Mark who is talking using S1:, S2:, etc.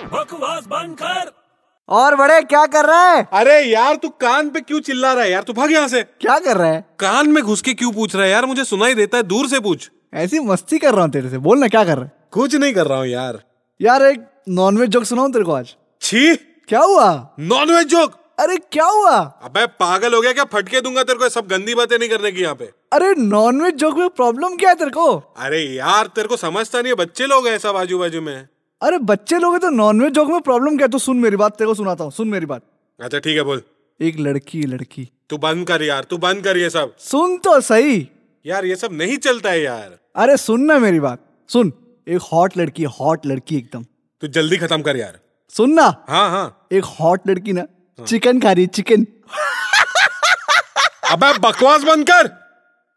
S1: आवाज बंद कर
S2: और बड़े क्या कर रहा है
S3: अरे यार तू कान पे क्यों चिल्ला रहा है यार तू भाग यहाँ से
S2: क्या कर रहा है
S3: कान में घुस के क्यों पूछ रहा है यार मुझे सुनाई देता है दूर से पूछ
S2: ऐसी मस्ती कर रहा हूँ तेरे से बोल ना क्या कर रहा है
S3: कुछ नहीं कर रहा हूँ यार
S2: यार एक नॉनवेज जोक सुनाऊं तेरे को आज
S3: छी
S2: क्या हुआ
S3: नॉनवेज जोक
S2: अरे क्या हुआ
S3: अबे पागल हो गया क्या फटके दूंगा तेरे को ये सब गंदी बातें नहीं करने की यहाँ पे
S2: अरे नॉनवेज जोक में प्रॉब्लम क्या है तेरे को
S3: अरे यार तेरे को समझता नहीं है बच्चे लोग हैं सब आजू बाजू में
S2: अरे बच्चे लोग हैं तो नॉनवेज जोक में प्रॉब्लम क्या है तो सुन मेरी बात तेरे को सुनाता हूँ सुन मेरी बात
S3: अच्छा ठीक है बोल
S2: एक लड़की लड़की
S3: तू बंद कर यार तू बंद कर ये सब
S2: सुन तो सही
S3: यार ये सब नहीं चलता है यार
S2: अरे सुन ना मेरी बात सुन एक हॉट लड़की हॉट लड़की एकदम
S3: तू जल्दी खत्म कर यार
S2: सुन ना
S3: हाँ हाँ
S2: एक हॉट लड़की ना चिकन खा रही चिकन
S3: अबे बकवास बंद कर